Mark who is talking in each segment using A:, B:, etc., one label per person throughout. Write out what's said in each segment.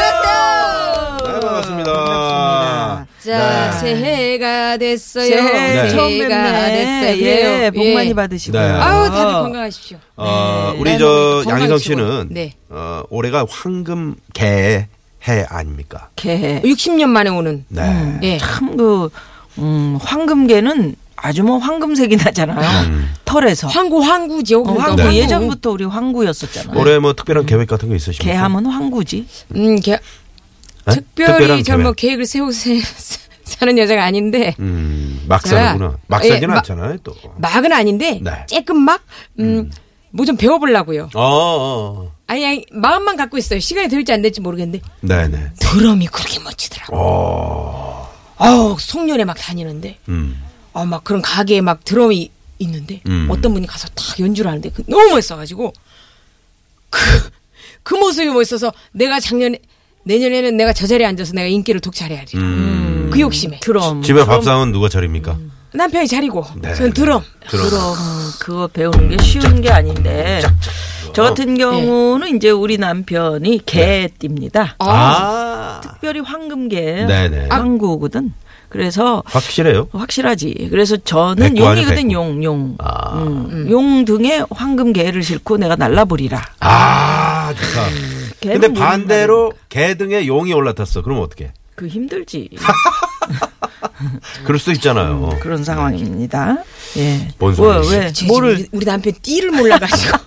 A: 네, 반갑습니다.
B: 자
A: 네.
B: 새해가 됐어요
C: 새해 처음
B: 새해가
C: 네. 뵙네
B: 됐어요
C: 예, 복
B: 예.
C: 많이 받으시고요
A: 네.
B: 아우 다들 건강하십시오
A: 어,
C: 네.
A: 우리
B: 네,
A: 저
B: 건강하시고.
A: 양희성 씨는
B: 네.
A: 어, 올해가 황금 개해 아닙니까?
C: 개해
B: 60년 만에 오는
A: 네.
B: 예.
C: 참 그, 음, 황금계는 아주 뭐 황금색이 나잖아요.
A: 음.
C: 털에서.
B: 황구 황구죠
C: 어,
B: 그러니까
C: 황구.
A: 네.
C: 예전부터 우리 황구였었잖아요.
A: 올해 뭐 특별한 계획 같은 거 있으십니까?
C: 개함은 황구지.
B: 음, 개,
A: 네? 특별한 계획.
B: 특별히 저뭐 계획을 세우고 세- 사는 여자가 아닌데
A: 음, 막
B: 제가-
A: 사는구나. 막
B: 예,
A: 사지는
B: 마-
A: 않잖아요, 또.
B: 막은 아닌데
A: 네.
B: 조금 막음뭐 좀 배워보려고요
A: 어, 어, 어.
B: 아니 아니 마음만 갖고 있어요 시간이 될지 안 될지 모르겠는데
A: 네네.
B: 드럼이 그렇게 멋지더라고
A: 어.
B: 아우 송년회 막 다니는데
A: 음.
B: 어, 막 그런 가게에 막 드럼이 있는데
A: 음.
B: 어떤 분이 가서 다 연주를 하는데 그 너무 멋있어가지고 그, 그 모습이 멋있어서 내가 작년에 내년에는 내가 저 자리에 앉아서 내가 인기를 독차지해야 지 그 욕심에
C: 드럼.
A: 집에 밥상은 누가 차립니까?
B: 남편이 자리고
A: 네.
B: 저는 드럼
C: 드럼 그거 배우는 게 쉬운 게 아닌데. 저 같은 경우는 이제 우리 남편이
A: 네.
C: 개띠입니다.
B: 아,
A: 아.
C: 특별히 황금계
A: 네네.
C: 황구거든. 그래서
A: 확실해요?
C: 확실하지. 그래서 저는
A: 네, 백구 아니에요,
C: 용이거든
A: 백구.
C: 용, 용.
A: 아.
C: 음, 용 등에 황금개를 싣고 내가 날라버리라.
A: 아, 좋다.
C: 음, 개는
A: 근데
C: 무슨
A: 반대로
C: 말입니까?
A: 개 등에 용이 올라탔어. 그럼 어떻게?
C: 그 힘들지.
A: 그럴 수도 있잖아요.
C: 음, 그런 상황입니다. 예.
A: 뭔
C: 왜,
A: 소리지?
C: 왜?
B: 제
C: 뭐를
B: 우리, 우리 남편 띠를 몰라가지고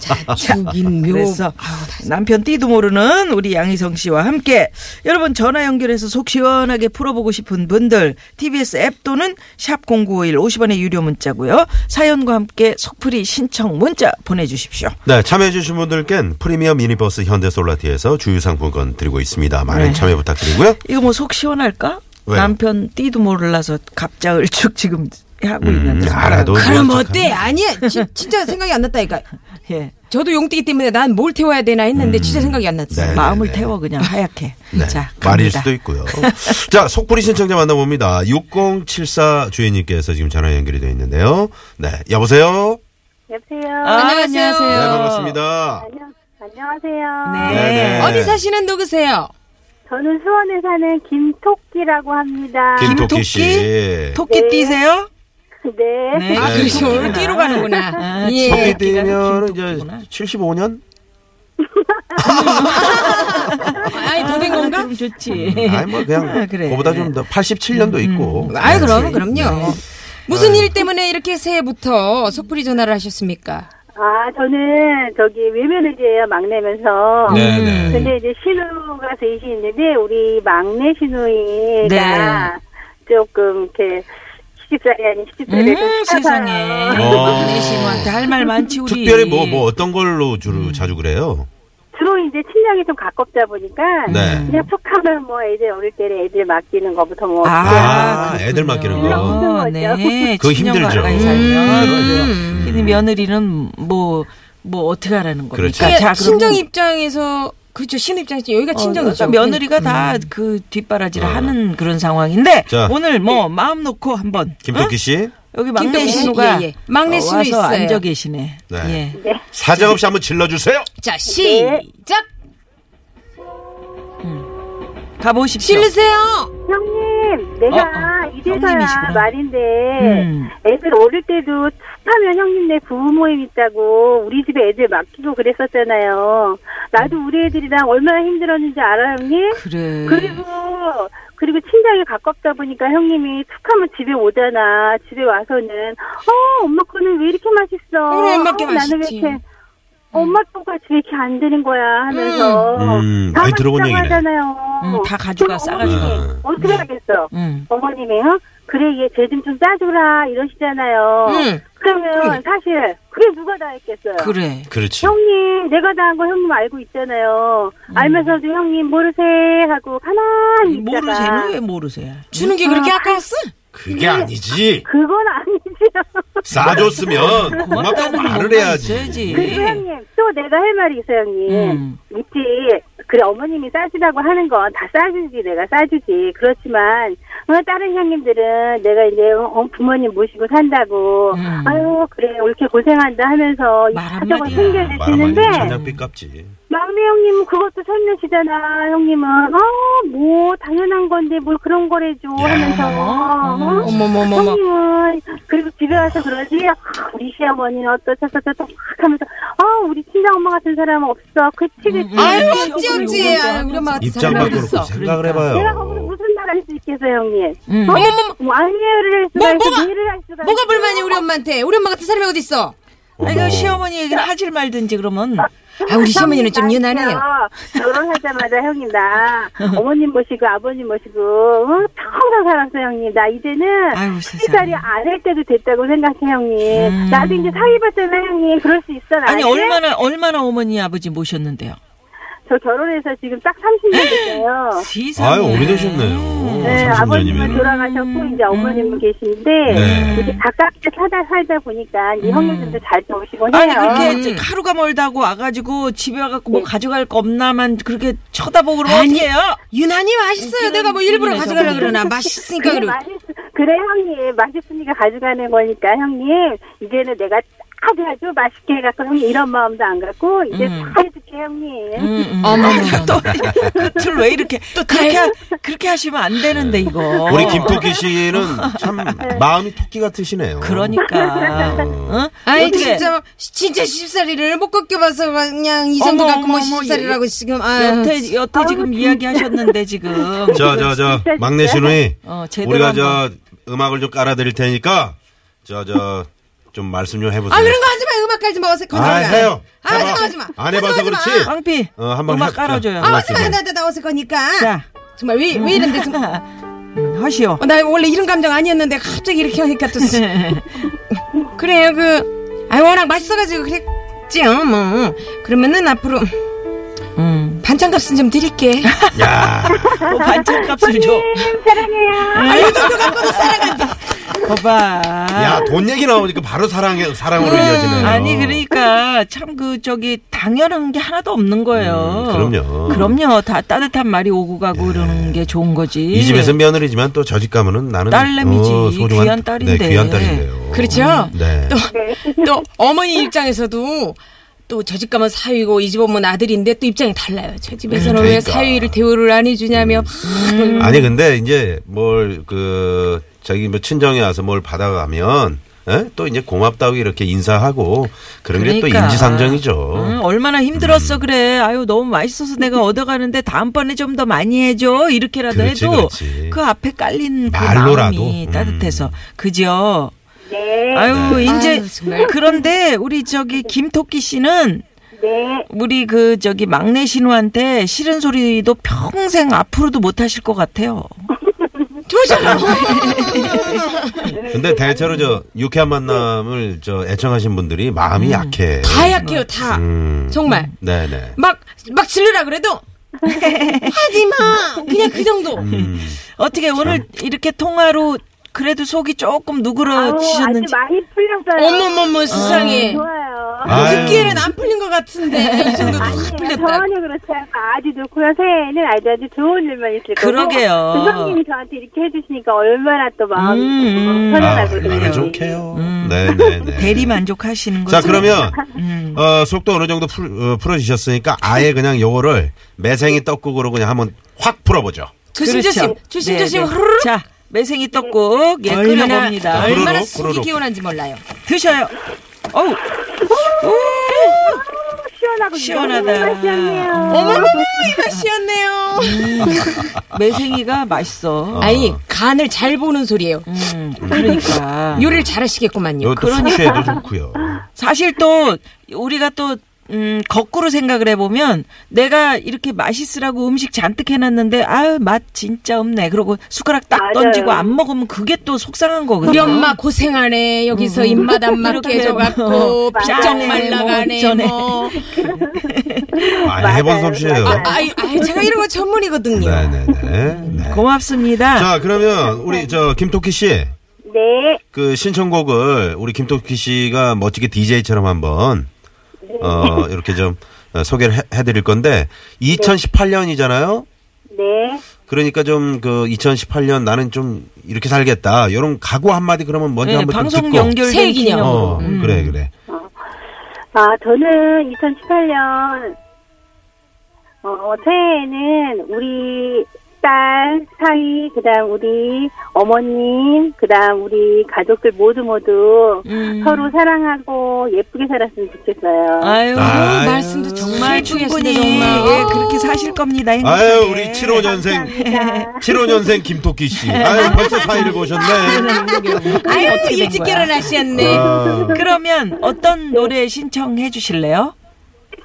B: 자 죽인 묘
C: 그래서
B: 아우, 나-
C: 남편 띠도 모르는 우리 양희성 씨와 함께 여러분 전화 연결해서 속 시원하게 풀어보고 싶은 분들 TBS 앱 또는 샵 #0951 50원의 유료 문자고요 사연과 함께 속풀이 신청 문자 보내주십시오.
A: 네, 참여해주신 분들께는 프리미엄 유니버스 현대솔라티에서 주유상품권 드리고 있습니다. 많은
C: 네.
A: 참여 부탁드리고요.
C: 이거 뭐 속 시원할까?
A: 왜요?
C: 남편 띠도 몰라서 갑자을축 지금 하고
A: 음,
C: 있는데
A: 알아도.
B: 그럼
A: 모른
B: 어때 아니야 지- 진짜 생각이 안 났다니까
A: 네,
C: 예.
B: 저도 용띠기 때문에 난 뭘 태워야 되나 했는데 진짜 생각이 안 났어
A: 네,
C: 마음을
A: 네.
C: 태워 그냥 하얗게.
A: 네,
C: 자,
A: 말일
C: 갑니다.
A: 수도 있고요. 자, 속풀이 신청자 만나봅니다. 6074 주인님께서 지금 전화 연결이 되어 있는데요. 네, 여보세요?
D: 여보세요.
C: 아,
B: 안녕하세요.
A: 네,
B: 어.
A: 반갑습니다.
D: 안녕. 안녕하세요.
A: 네.
B: 어디 사시는 누구세요?
D: 저는 수원에 사는 김토끼라고 합니다.
A: 김토끼 씨.
C: 김토끼? 토끼 띠세요?
D: 네.
C: 네.
B: 아,
A: 네,
B: 그러시 오늘
C: 그렇구나.
B: 뛰러 가는구나.
C: 아,
B: 예.
A: 토끼띠면 이제
C: 김토끼구나.
A: 75년?
B: 아이, 더된 건가?
C: 좀 좋지.
A: 아니 음, 뭐 그냥
C: 아, 그래.
A: 그보다 좀 더 87년도 있고. 네.
B: 아이,
C: 네,
B: 그럼, 그럼요.
C: 아.
B: 무슨 일 때문에 이렇게 새해부터 속풀이 전화를 하셨습니까?
D: 아, 저는 저기 외며느리예요 막내면서.
A: 네네.
D: 근데 이제 신우가 셋이 있는데 우리 막내 신우이가
A: 네.
D: 조금 이렇게 시집살이 아닌 시집살이 돼서
C: 음,
D: 찾아서요.
C: 세상에.
A: 네. 어.
C: 내 신우한테 할 말 많지 우리.
A: 특별히 뭐 뭐 어떤 걸로 주로 자주 그래요?
D: 주로 이제 친정이 좀 가깝다 보니까
A: 네.
D: 그냥 툭 하면 뭐 애들 어릴 때는 애들 맡기는 거부터 뭐
A: 아,
C: 음, 그렇군요.
A: 애들 맡기는
D: 거.
C: 네.
A: 그거
C: 친정
A: 힘들죠.
C: 가까이 살면.
A: 음.
C: 근데 며느리는 뭐 뭐 어떻게 하라는 겁니까?
A: 그렇죠.
C: 자,
B: 예,
C: 그럼 뭐.
B: 친정 입장에서 그렇죠. 신우 입장에서 여기가 친정이죠. 음.
C: 어, 며느리가 다 그 뒷바라지를 하는 그런 상황인데
A: 음. 어. 자.
C: 오늘 뭐 마음 놓고 한번
A: 김덕기 씨.
C: 어? 여기 막내
B: 김덕기 씨,
C: 신우가
B: 예, 예. 막내
C: 어,
B: 신우
C: 와서
B: 있어요.
C: 앉아 계시네.
A: 네.
C: 예.
A: 사정없이 한번 질러주세요.
C: 네.
B: 자 시작.
C: 가보십시오.
B: 실르세요.
D: 형님, 내가
C: 어, 어,
D: 이래서야
C: 형님이시구나.
D: 말인데
C: 음.
D: 애들 어릴 때도 습하면 형님네 부부 모임 있다고 우리 집에 애들 맡기고 그랬었잖아요. 나도
C: 음.
D: 우리 애들이랑 얼마나 힘들었는지 알아요, 형님?
C: 그래.
D: 그리고 그리고 친정이 가깝다 보니까 형님이 툭하면 집에 오잖아. 집에 와서는 어 엄마 거는 왜 이렇게 맛있어?
B: 그래, 엄마 게
D: 어, 나는 왜
B: 맛있지.
C: 음.
D: 이렇게 엄마 거가 집에 이렇게 안 되는 거야 하면서
A: 음,
D: 다
A: 많이 들어본
D: 맛있다고
A: 얘기네.
D: 하잖아요.
C: 음, 다 가져가,
D: 그럼
C: 싸가지고.
D: 어머니, 어떻게 하겠어?
C: 음.
D: 어머님이 어? 그래 얘 쟤 좀 좀 짜줘라 이러시잖아요.
B: 음.
D: 그러면
B: 그래.
D: 사실 그게 누가 다 했겠어요?
C: 그래.
A: 그렇지.
D: 형님, 내가 다 한 거 형님 알고 있잖아요.
C: 음.
D: 알면서도 형님 모르세 하고 가만히 있다가
C: 모르세요? 왜 모르세요?
B: 주는 게 그렇게
C: 그러니까.
B: 아까웠어?
A: 그게 아니지.
D: 그건 아니죠.
A: 싸줬으면 고맙다고
C: 고맙다는
A: 말을
C: 것만
A: 해야지.
C: 있어야지.
D: 그리고 형님, 또 내가 할 말이 있어요, 형님.
C: 예. 음.
D: 있지. 그래, 어머님이 싸주라고 하는 건 다 싸주지, 내가 싸주지. 그렇지만, 어, 다른 형님들은 내가 이제 어, 어, 부모님 모시고 산다고,
C: 음.
D: 아유, 그래, 이렇게 고생한다 하면서
C: 말
D: 이것저것
C: 한마디야.
A: 말 한마디
D: 챙겨주시는데,
A: 천냥빛 값지.
D: 막내 형님은 그것도 설레시잖아, 형님은. 어, 뭐, 당연한 건데, 뭘 그런 거래줘 하면서. 어?
B: 어머머머머.
D: 형님은 그리고 집에 와서 그러지 아, 우리 시어머니는 어떠저저저저 하면서 아 우리 친정 엄마 같은 사람은 없어 그치 그치
B: 아유
C: 음.
B: 어찌 어찌. 아유, 우리 엄마 같은
A: 입장
B: 사람
A: 바꿔
B: 어딨어.
A: 놓고 생각을
D: 내가 거기서
A: 해봐요.
D: 무슨 말할 수 있겠어요 형님
C: 음.
D: 어?
B: 어머머머.
D: 뭐 안녕을 할 수가
B: 뭐,
D: 있고
B: 뭐가-
D: 일을 할 수가
B: 뭐가
D: 있고.
B: 불만이 우리 엄마한테? 우리 엄마 같은 사람이 어디 있어?
C: 아니, 그 시어머니 얘기를 하질 말든지 그러면
B: 아 우리 시어머니는 좀
D: 형님,
B: 유난해요.
D: 나한테요. 결혼하자마자 형님 나 어머님 모시고 아버님 모시고 어, 평생 살았어요 형님 나 이제는
C: 아유,
D: 세
C: 세상에.
D: 살이 안 할 때도 됐다고 생각해 형님
C: 음.
D: 나도 이제 사이 봤잖아 형님 그럴 수 있어 나
C: 아니 얼마나 얼마나 어머니 아버지 모셨는데요.
D: 저 결혼해서 지금 딱 30년 됐어요.
C: 세상에.
A: 아유, 음. 오래되셨네요.
D: 네,
A: 30년이면.
D: 아버님은 돌아가셨고
C: 음.
D: 이제 어머님은 계시는데
A: 네.
D: 이렇게 가깝게 살다 살다 보니까 이 형님들도 잘 도우시고 해요.
C: 음. 아니 그렇게
B: 음.
C: 하루가 멀다고 와가지고 집에 와갖고 뭐 가져갈 거 없나만 그렇게 쳐다보고 그러면
B: 아니.
C: 어떡해요?
B: 유난히 맛있어요. 내가 뭐 일부러
C: 그래서
B: 가져가려
C: 그래.
B: 그러나
C: 음.
B: 맛있으니까
D: 그래
B: 그래.
D: 맛있 그래 형님 맛있으니까 가져가는 거니까 형님 이제는 내가 아주 아주 맛있게 해갖고 형님 이런 마음도 안 갖고 이제 다 해줄게 형님.
C: 음, 음.
B: 어머.
C: 아, 또 끝을 왜 이렇게 또 그렇게
B: 가요?
C: 하- 그렇게 하시면 안 되는데 이거.
A: 네. 우리 김토끼 씨는 참 마음이 토끼 같으시네요.
C: 그러니까. 어?
B: 아이
C: 어떻게-
B: 진짜 진짜 십살이를 못 꺾여봐서 그냥 이 정도
C: 어머,
B: 갖고 뭐
C: 어머, 어머,
B: 십살이라고 지금 아유.
C: 여태 여태 지금 이야기하셨는데 지금.
A: 자, 자, 자, 막내 신우이.
C: 어, 제대로
A: 우리가 저
C: 한번.
A: 음악을 좀 깔아드릴 테니까, 저, 저, 좀 말씀 좀 해보세요.
B: 아 그런 거 하지 마. 음악까지 먹어서
A: 아,
B: 건드리면.
A: 해요.
B: 아
A: 해봐.
B: 하지 마.
A: 안 해봐서
B: 하지 마, 하지
A: 그렇지.
B: 마.
C: 피
A: 어, 한번
C: 음악
A: 해-
C: 깔아줘요.
B: 아
A: 음악
B: 하지 마.
A: 쓰고.
B: 나나 나왔을 거니까.
C: 자.
B: 정말 왜 왜 이런데 지금.
C: 음, 하시오.
B: 어, 나 원래 이런 감정 아니었는데 갑자기 이렇게 하니까 또 쓰- 그래요 그 아이 워낙 맛있어가지고 그랬지요 뭐 그러면은 앞으로
C: 음.
B: 반찬값은 좀 드릴게
A: 야,
C: 뭐 반찬값을 줘. 음.
B: 아 이 정도 갖고도 살아간다
C: 봐봐.
A: 야, 돈 얘기 나오니까 바로 사랑에,
B: 음.
A: 사랑으로 이어지네요.
C: 아니 그러니까 참 그 저기 당연한 게 하나도 없는 거예요.
A: 음, 그럼요.
C: 그럼요. 다 따뜻한 말이 오고 가고 그러는 게 좋은 거지.
A: 이 집에서 며느리지만 또 저 집 가면은 나는
C: 딸내미지.
A: 어, 소중한
C: 귀한 딸인데.
A: 네, 귀한 딸인데요.
C: 음,
B: 그렇죠
A: 네.
B: 또 또 어머니 입장에서도 또 저 집 가면 사위고 이 집 오면 아들인데 또 입장이 달라요 저 집에서는 왜
A: 그러니까.
B: 사위를 대우를 안 해주냐며 음.
A: 아니 근데 이제 뭘 그 저기 뭐 친정에 와서 뭘 받아가면 에? 또 이제 고맙다고 이렇게 인사하고 그런 게 또
C: 그러니까.
A: 인지상정이죠.
C: 음, 얼마나 힘들었어 그래. 아유 너무 맛있어서 내가 얻어가는데 다음번에 좀 더 많이 해줘 이렇게라도
A: 그렇지,
C: 해도
A: 그렇지.
C: 그 앞에 깔린 그
A: 말로라도.
C: 마음이
A: 음.
C: 따뜻해서 그죠.
D: 네,
C: 아유 이제
B: 아유, 정말.
C: 그런데 우리 저기 김토끼 씨는
D: 네.
C: 우리 그 저기 막내 신우한테 싫은 소리도 평생 앞으로도 못 하실 것 같아요.
A: 근데 대체로 저 유쾌한 만남을 저 애청하신 분들이 마음이 약해.
B: 다 음. 약해요 다
A: 음.
B: 정말
A: 네네.
B: 막 막 질르라 그래도 하지마 그냥 그 정도
A: 음.
C: 어떻게 오늘 이렇게 통화로 그래도 속이 조금
D: 아우, 아주
C: 누그러지셨는지
D: 많이 풀렸어요.
B: 어머머머 세상에 그
D: 좋아요.
A: 아유.
B: 듣기에는 안 풀린 것 같은데 이 정도
D: 아니,
B: 확 풀렸다.
D: 전혀 그렇지 않고 아주 좋고요. 새해에는 아주 아주 좋은 일만 있을 거고.
C: 그러게요.
D: 선생님이 저한테 이렇게 해주시니까 얼마나 또 마음이
C: 음, 음.
A: 아,
D: 편안하고
A: 얼마나 좋게요. 네네네.
C: 대리 만족하시는 거죠.
A: 자 그러면 어, 속도 어느 정도 풀, 어주셨으니까 아예 그냥 요거를 매생이 떡국으로 그냥 한번 확 풀어보죠.
B: 조심조심
C: 그렇죠.
B: 조심조심
C: 네, 네.
B: 흐르륵
C: 자, 매생이 떡국 예,
B: 얼마나
C: 끓여봅니다.
A: 얼-
B: 얼마나
A: 흐르륵,
B: 속이
A: 흐르륵.
B: 개운한지 몰라요.
C: 드셔요. 어우. 오,
D: 시원하고
C: 시원하다.
D: 시원해요.
B: 어머 맛이었네요.
C: 매생이가 맛있어.
B: 아니 간을 잘 보는 소리예요.
C: 음, 그러니까.
B: 요리를 잘하시겠구만요.
A: 이것도 숙취에도 좋고요.
C: 사실 또 우리가 또 음, 거꾸로 생각을 해보면 내가 이렇게 맛있으라고 음식 잔뜩 해놨는데 아유 맛 진짜 없네 그러고 숟가락 딱
D: 맞아요.
C: 던지고 안 먹으면 그게 또 속상한 거거든요.
B: 우리 엄마 고생하네. 여기서 입맛 안
C: 음. 이렇게
B: 맞게 해줘갖고
C: 뭐
B: 빗장
C: 말라네,
B: 말라가네.
C: 뭐
B: 뭐.
A: 많이 해본 솜씨예요.
D: 맞아요.
B: 아, 이 아이 제가 이런 거 전문이거든요.
A: 네네네. 네.
C: 고맙습니다.
A: 자 그러면 우리 저 김토끼 씨.
D: 네.
A: 그 신청곡을 우리 김토끼 씨가 멋지게 DJ처럼 한번 어 이렇게 좀 어, 소개를 해, 해드릴 건데 2018년이잖아요.
D: 네.
A: 그러니까 좀 그 2018년 나는 좀 이렇게 살겠다. 이런 각오 한마디 그러면 먼저
C: 네,
A: 한번 좀
C: 방송
A: 듣고.
C: 연결된 음.
B: 새해 기념.
C: 기념으로.
A: 어 그래 그래.
D: 아, 저는 2018년, 어, 새해에는 우리 딸, 사위, 그 다음 우리 어머님, 그 다음 우리 가족들 모두 모두
C: 음.
D: 서로 사랑하고 예쁘게 살았으면 좋겠어요.
C: 아유,
A: 아유.
B: 말씀도
C: 정말
B: 정말
C: 충분히
B: 충분히 정말.
C: 예, 그렇게 사실 겁니다. 행복하게.
A: 아유 우리
D: 네.
A: 75년생 75년생 김토끼 씨. 아유 벌써 사이를 보셨네.
B: 아유
C: 어떻게 된
B: 일찍
C: 거야?
B: 결혼하셨네.
A: 아,
C: 그러면 어떤 노래 신청해 주실래요?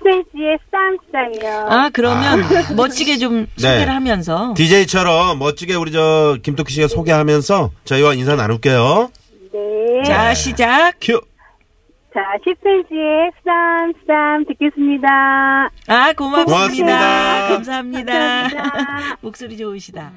D: 스페이스의 쌍쌍이요.
C: 아 그러면 멋지게 좀
A: 네.
C: 소개를 하면서
A: DJ처럼 멋지게 우리 저 김토끼 씨가 소개하면서 저희와 인사 나눌게요.
D: 네.
C: 자 시작.
A: 큐.
D: 자, 10cm의 쌈쌈 듣겠습니다.
C: 아 고맙습니다.
A: 고맙습니다.
C: 감사합니다. 목소리 좋으시다.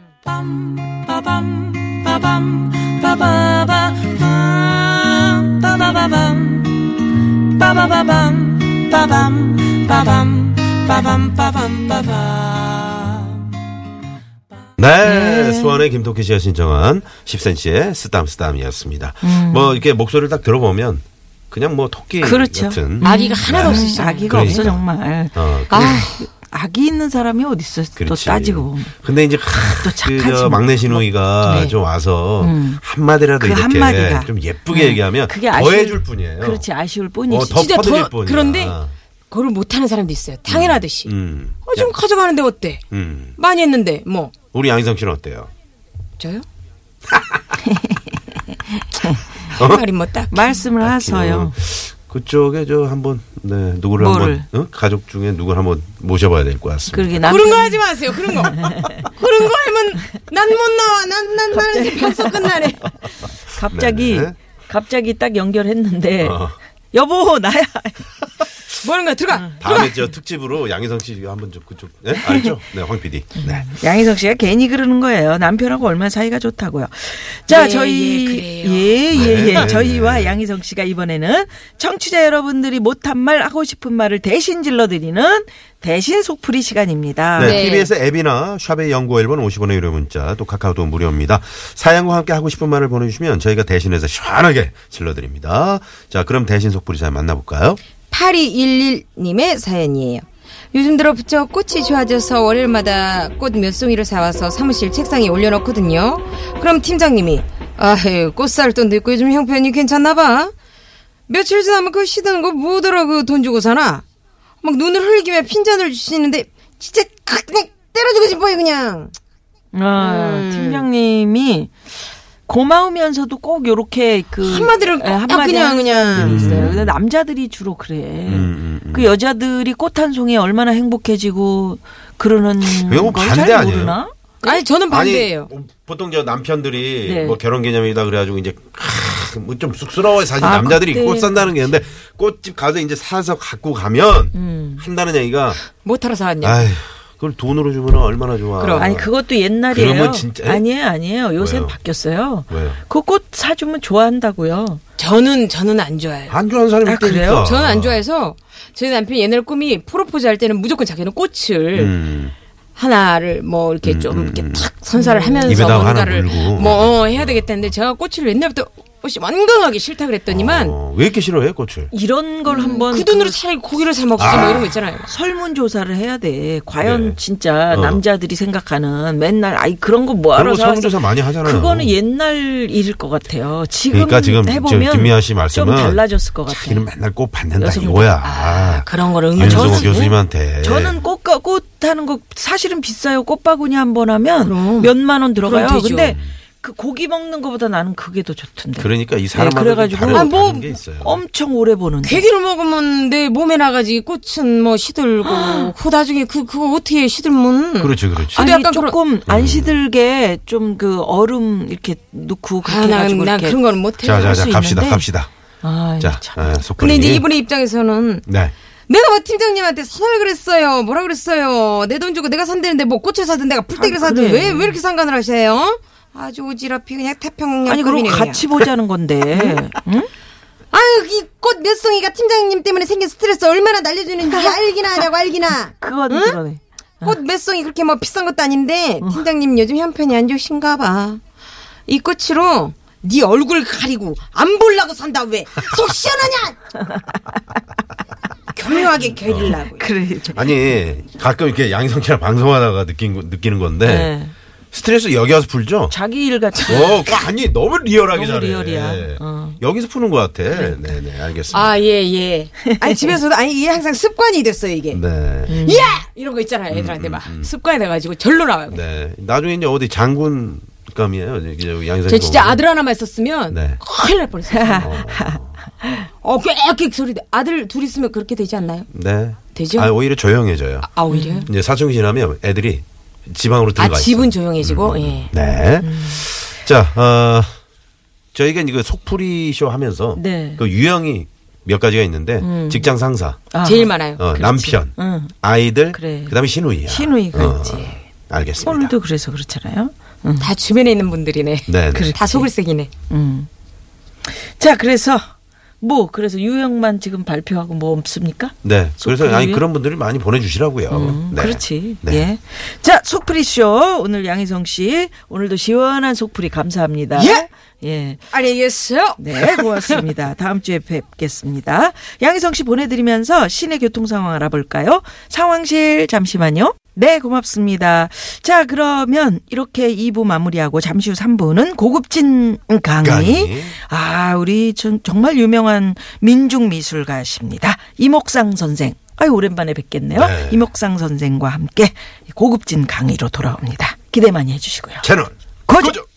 A: 네,
C: 예.
A: 수원의 김토끼 씨가 신청한 10cm의 쓰담쓰담이었습니다. 뭐 이렇게 목소리를 딱 들어보면 그냥 뭐 토끼
C: 음. 그렇죠.
A: 같은.
B: 아기가 하나도 없으시죠.
C: 아기가
A: 그러니까.
C: 없어 정말.
A: 어, 그,
C: 아 아기 있는 사람이 어디 있어? 또
A: 그렇지.
C: 따지고 보면.
A: 근데 이제
C: 또
A: 그,
C: 착하지 뭐.
A: 저 막내 시누이가 좀 와서 한마디라도
C: 그
A: 이렇게
C: 한마디가. 네.
A: 좀 예쁘게 얘기하면
C: 그게
A: 더
C: 아쉬울-
A: 해줄 뿐이에요.
C: 그렇지 아쉬울
A: 어,
C: 뿐이지.
A: 더
B: 진짜
A: 퍼드릴
B: 더-
A: 뿐이야. 어.
B: 그런데- 그걸 못하는 사람도 있어요. 당연하듯이.
A: 음,
B: 어, 좀 가져가는데 어때?
A: 음.
B: 많이 했는데 뭐
A: 우리 양희성 씨는 어때요?
B: 저요? 할 말이 뭐 딱.
C: 말씀을 하세요.
A: 어, 그쪽에 저 한번 네 누구를
C: 뭐를?
A: 한번 어? 가족 중에 누구를 한번 모셔봐야 될 것 같습니다.
C: 그러게 남
B: 그런 거 하지 마세요. 그런 거. 그런 거 하면 난 못 나와. 난 난 나는 벌써 끝나네.
C: 갑자기
A: 네.
C: 갑자기 딱 연결했는데
A: 어.
C: 여보 나야.
B: 뭐하는 거야? 들어가.
A: 다음에 저 특집으로 양희성 씨 한번 좀 그쪽 예? 알죠? 네, 황 PD. 네.
C: 양희석 씨가 괜히 그러는 거예요. 남편하고 얼마나 사이가 좋다고요. 자,
B: 네, 예,
C: 저희
B: 그래요.
C: 예예예
A: 네, 네,
C: 저희와
A: 네.
C: 양희석 씨가 이번에는 청취자 여러분들이 못한 말 하고 싶은 말을 대신 질러드리는 대신 속풀이 시간입니다.
A: 네, TBS 앱이나 샵의 연구 1번 50원의 유료 문자 또 카카오톡 무료입니다. 사연과 함께 하고 싶은 말을 보내주시면 저희가 대신해서 시원하게 질러드립니다. 자, 그럼 대신 속불이 잘 만나볼까요?
B: 8211님의 사연이에요. 요즘 들어 부쩍 꽃이 좋아져서 월요일마다 꽃 몇 송이를 사와서 사무실 책상에 올려놓거든요. 그럼 팀장님이 아휴 꽃살돈도 있고 요즘 형편이 괜찮나 봐. 며칠 지나면 그 시드는 거 뭐더라 그 돈 주고 사나. 막 눈을 흘리기며 핀잔을 주시는데 진짜 그냥 때려주고 싶어요 그냥.
C: 아,
B: 음.
C: 팀장님이 고마우면서도 꼭 요렇게 그
B: 한마디를
C: 예,
B: 꼭 아, 그냥,
C: 하는
B: 그냥.
C: 사람들이 있어요. 근데 남자들이 주로 그래.
A: 음, 음.
C: 그 여자들이 꽃 한 송이 얼마나 행복해지고 그러는
A: 이거
C: 걸잘
A: 뭐 반대 아니에요?
C: 모르나?
B: 아니 저는 반대예요.
A: 아니, 보통 저 남편들이
C: 네.
A: 뭐 결혼 기념이다 그래가지고 이제 뭐 좀 쑥스러워요. 사실
C: 아,
A: 남자들이
C: 그때-
A: 꽃 산다는 게 있는데 꽃집 가서 이제 사서 갖고 가면 한다는 얘기가
B: 뭐 타러 사왔냐?
A: 아휴 그걸 돈으로 주면 얼마나 좋아.
B: 그럼.
C: 아니 그것도 옛날이에요.
A: 그러면 진짜-
C: 아니에요, 아니에요. 요새
A: 왜요?
C: 는 바뀌었어요.
A: 왜요?
C: 그 꽃 사주면 좋아한다고요.
B: 저는 저는 안 좋아해요.
A: 안 좋아하는 사람이
C: 아,
A: 있다니까.
C: 그래요?
B: 저는 안 좋아해서 저희 남편 옛날 꿈이 프로포즈 할 때는 무조건 자기는 꽃을
A: 음.
B: 하나를 뭐 이렇게 좀 이렇게 탁 선사를 하면서
A: 입에다가 하나
B: 뭔가를
A: 물고.
B: 뭐 어, 해야 되겠다는데 제가 꽃을 옛날부터 꽃이 완강하게 싫다
C: 그러니까
B: 그랬더니만
A: 어, 왜 이렇게 싫어해 꽃을?
C: 이런 걸 한번
B: 그 돈으로 차라리 고기를 사 먹지 뭐 이런 거 있잖아요.
C: 설문 조사를 해야 돼. 과연
A: 네.
C: 진짜
A: 어.
C: 남자들이 생각하는 맨날 아이 그런 거 뭐
A: 그런
C: 하러
A: 거
C: 사왔어.
A: 설문조사 많이 하잖아요.
C: 그거는 옛날 일일 것 같아요. 지금
A: 그러니까 지금 저
C: 해보면
A: 김미아 씨 말씀은
C: 좀 달라졌을 것 같아요.
A: 자기는 맨날 꽃 받는다
C: 여성분. 아,
A: 이거야.
B: 그런 거를
A: 윤성호
B: 응원하지.
A: 교수님한테.
C: 뭐 저는 꽃가 꽃 하는 거 사실은 비싸요. 꽃바구니 한 번 하면
B: 그럼.
C: 몇 만 원 들어가요.
B: 그럼 되죠.
C: 근데 그 고기 먹는 거보다 나는 그게 더 좋던데.
A: 그러니까 이 사람마다
C: 네, 그래가지고-
A: 다른,
C: 아,
B: 뭐-
A: 다른 게 있어요.
C: 엄청 오래 보는데.
B: 괴기를 먹으면 내 몸에 나가지 꽃은 뭐 시들고 그 나중에 그 그거 어떻게 시들면
A: 아. 그렇죠, 그렇죠.
C: 아니
B: 근데 약간
C: 조금 안 시들게 좀 그 얼음 이렇게 넣고 그렇게
B: 아,
C: 해가지고
B: 난, 난
C: 이렇게.
B: 그런 거는 못해.
A: 자, 자,
C: 할
A: 자
C: 수
A: 갑시다,
C: 있는데.
A: 갑시다.
C: 아,
A: 자,
C: 참.
A: 아, 속거리.
B: 근데 이제 이분의 입장에서는
A: 네.
B: 내가 뭐 팀장님한테 사달라 그랬어요. 뭐라 그랬어요. 내 돈 주고 내가 산다는데 뭐 꽃을 사든 내가 풀떼기를
C: 아,
B: 사든
C: 그래.
B: 왜 왜 이렇게 상관을 하세요? 아주 오지랖이 그냥 태평양
C: 아니 그럼
B: 급이네요,
C: 같이 보자는 건데. 응?
B: 그냥. 아유 이 꽃 몇 송이가 팀장님 때문에 생긴 스트레스 얼마나 날려주는지 알기나 하냐고 알기나
C: 그건 그러네.
B: 꽃 몇 송이 그렇게 뭐 비싼 것도 아닌데
C: 어.
B: 팀장님 요즘 형편이 안 좋으신가 봐 이 꽃으로 네 얼굴 가리고 안 보려고 산다 왜 속 시원하냐 교묘하게
C: 어.
B: 괴리려고
C: 그래.
A: 아니 가끔 이렇게 양희성 씨랑 방송하다가 느낀 거- 느끼는 건데
C: 네.
A: 스트레스 여기 와서 풀죠.
C: 자기 일 같이.
A: 어, 그 아니 너무 리얼하게
C: 너무
A: 잘해.
C: 리얼이야. 어.
A: 여기서 푸는 것 같아. 네, 네, 알겠습니다.
B: 아, 예, 예. 아니, 집에서도, 아니, 이게 항상 습관이 됐어요, 이게.
A: 네.
C: 예.
B: 야! 이런 거 있잖아요, 애들한테 막. 습관이 돼가지고 절로 나와요.
A: 음, 네. 나중에 이제 어디 장군감이에요. 양희성
B: 저 진짜 아들 하나만 있었으면
A: 뭐. 네.
B: 큰일 날 뻔했어요. 어, 꽥꽥 소리. 내- 아들 둘 있으면 그렇게 되지 않나요?
A: 네.
B: 되죠?
A: 아, 오히려 조용해져요.
B: 아, 오히려.
A: 이제 사춘기 지나면 애들이 지방으로
B: 아,
A: 음. 들어가 있어요.
B: 집은 조용해지고, 예.
A: 네. 자, 어, 저희가 이제 그 속풀이 쇼 하면서
C: 네.
A: 그 유형이 몇 가지가 있는데 직장 상사,
C: 아,
B: 제일 많아요.
A: 어, 남편,
C: 응.
A: 아이들,
C: 그래.
A: 그다음에 시누이야. 어,
C: 시누이가 있지.
A: 알겠습니다.
C: 오늘도 그래서 그렇잖아요.
B: 다 주변에 있는 분들이네.
A: 네, 네.
B: 다 속을 새기네.
C: 자, 그래서 뭐 그래서 유형만 지금 발표하고 뭐 없습니까?
A: 네. 그래서
C: 속풀이
A: 아니
C: 위에?
A: 그런 분들이 많이 보내주시라고요.
C: 음,
A: 네.
C: 그렇지.
A: 네.
C: 예. 자, 속풀이쇼. 오늘 양희성 씨. 오늘도 시원한 속풀이 감사합니다.
B: 예?
C: 예.
B: 알겠어요?
C: 네, 고맙습니다. 다음 주에 뵙겠습니다. 양희성 씨 보내드리면서 시내 교통 상황 알아볼까요? 상황실 잠시만요. 네, 고맙습니다. 자, 그러면 이렇게 2부 마무리하고 잠시 후 3부는 고급진 강의.
A: 강의.
C: 아, 우리 전- 정말 유명한 민중 미술가십니다. 이목상 선생. 아유, 오랜만에 뵙겠네요.
A: 네.
C: 이목상 선생과 함께 고급진 강의로 돌아옵니다. 기대 많이 해주시고요.
A: 채널
C: 고정!
A: 고정.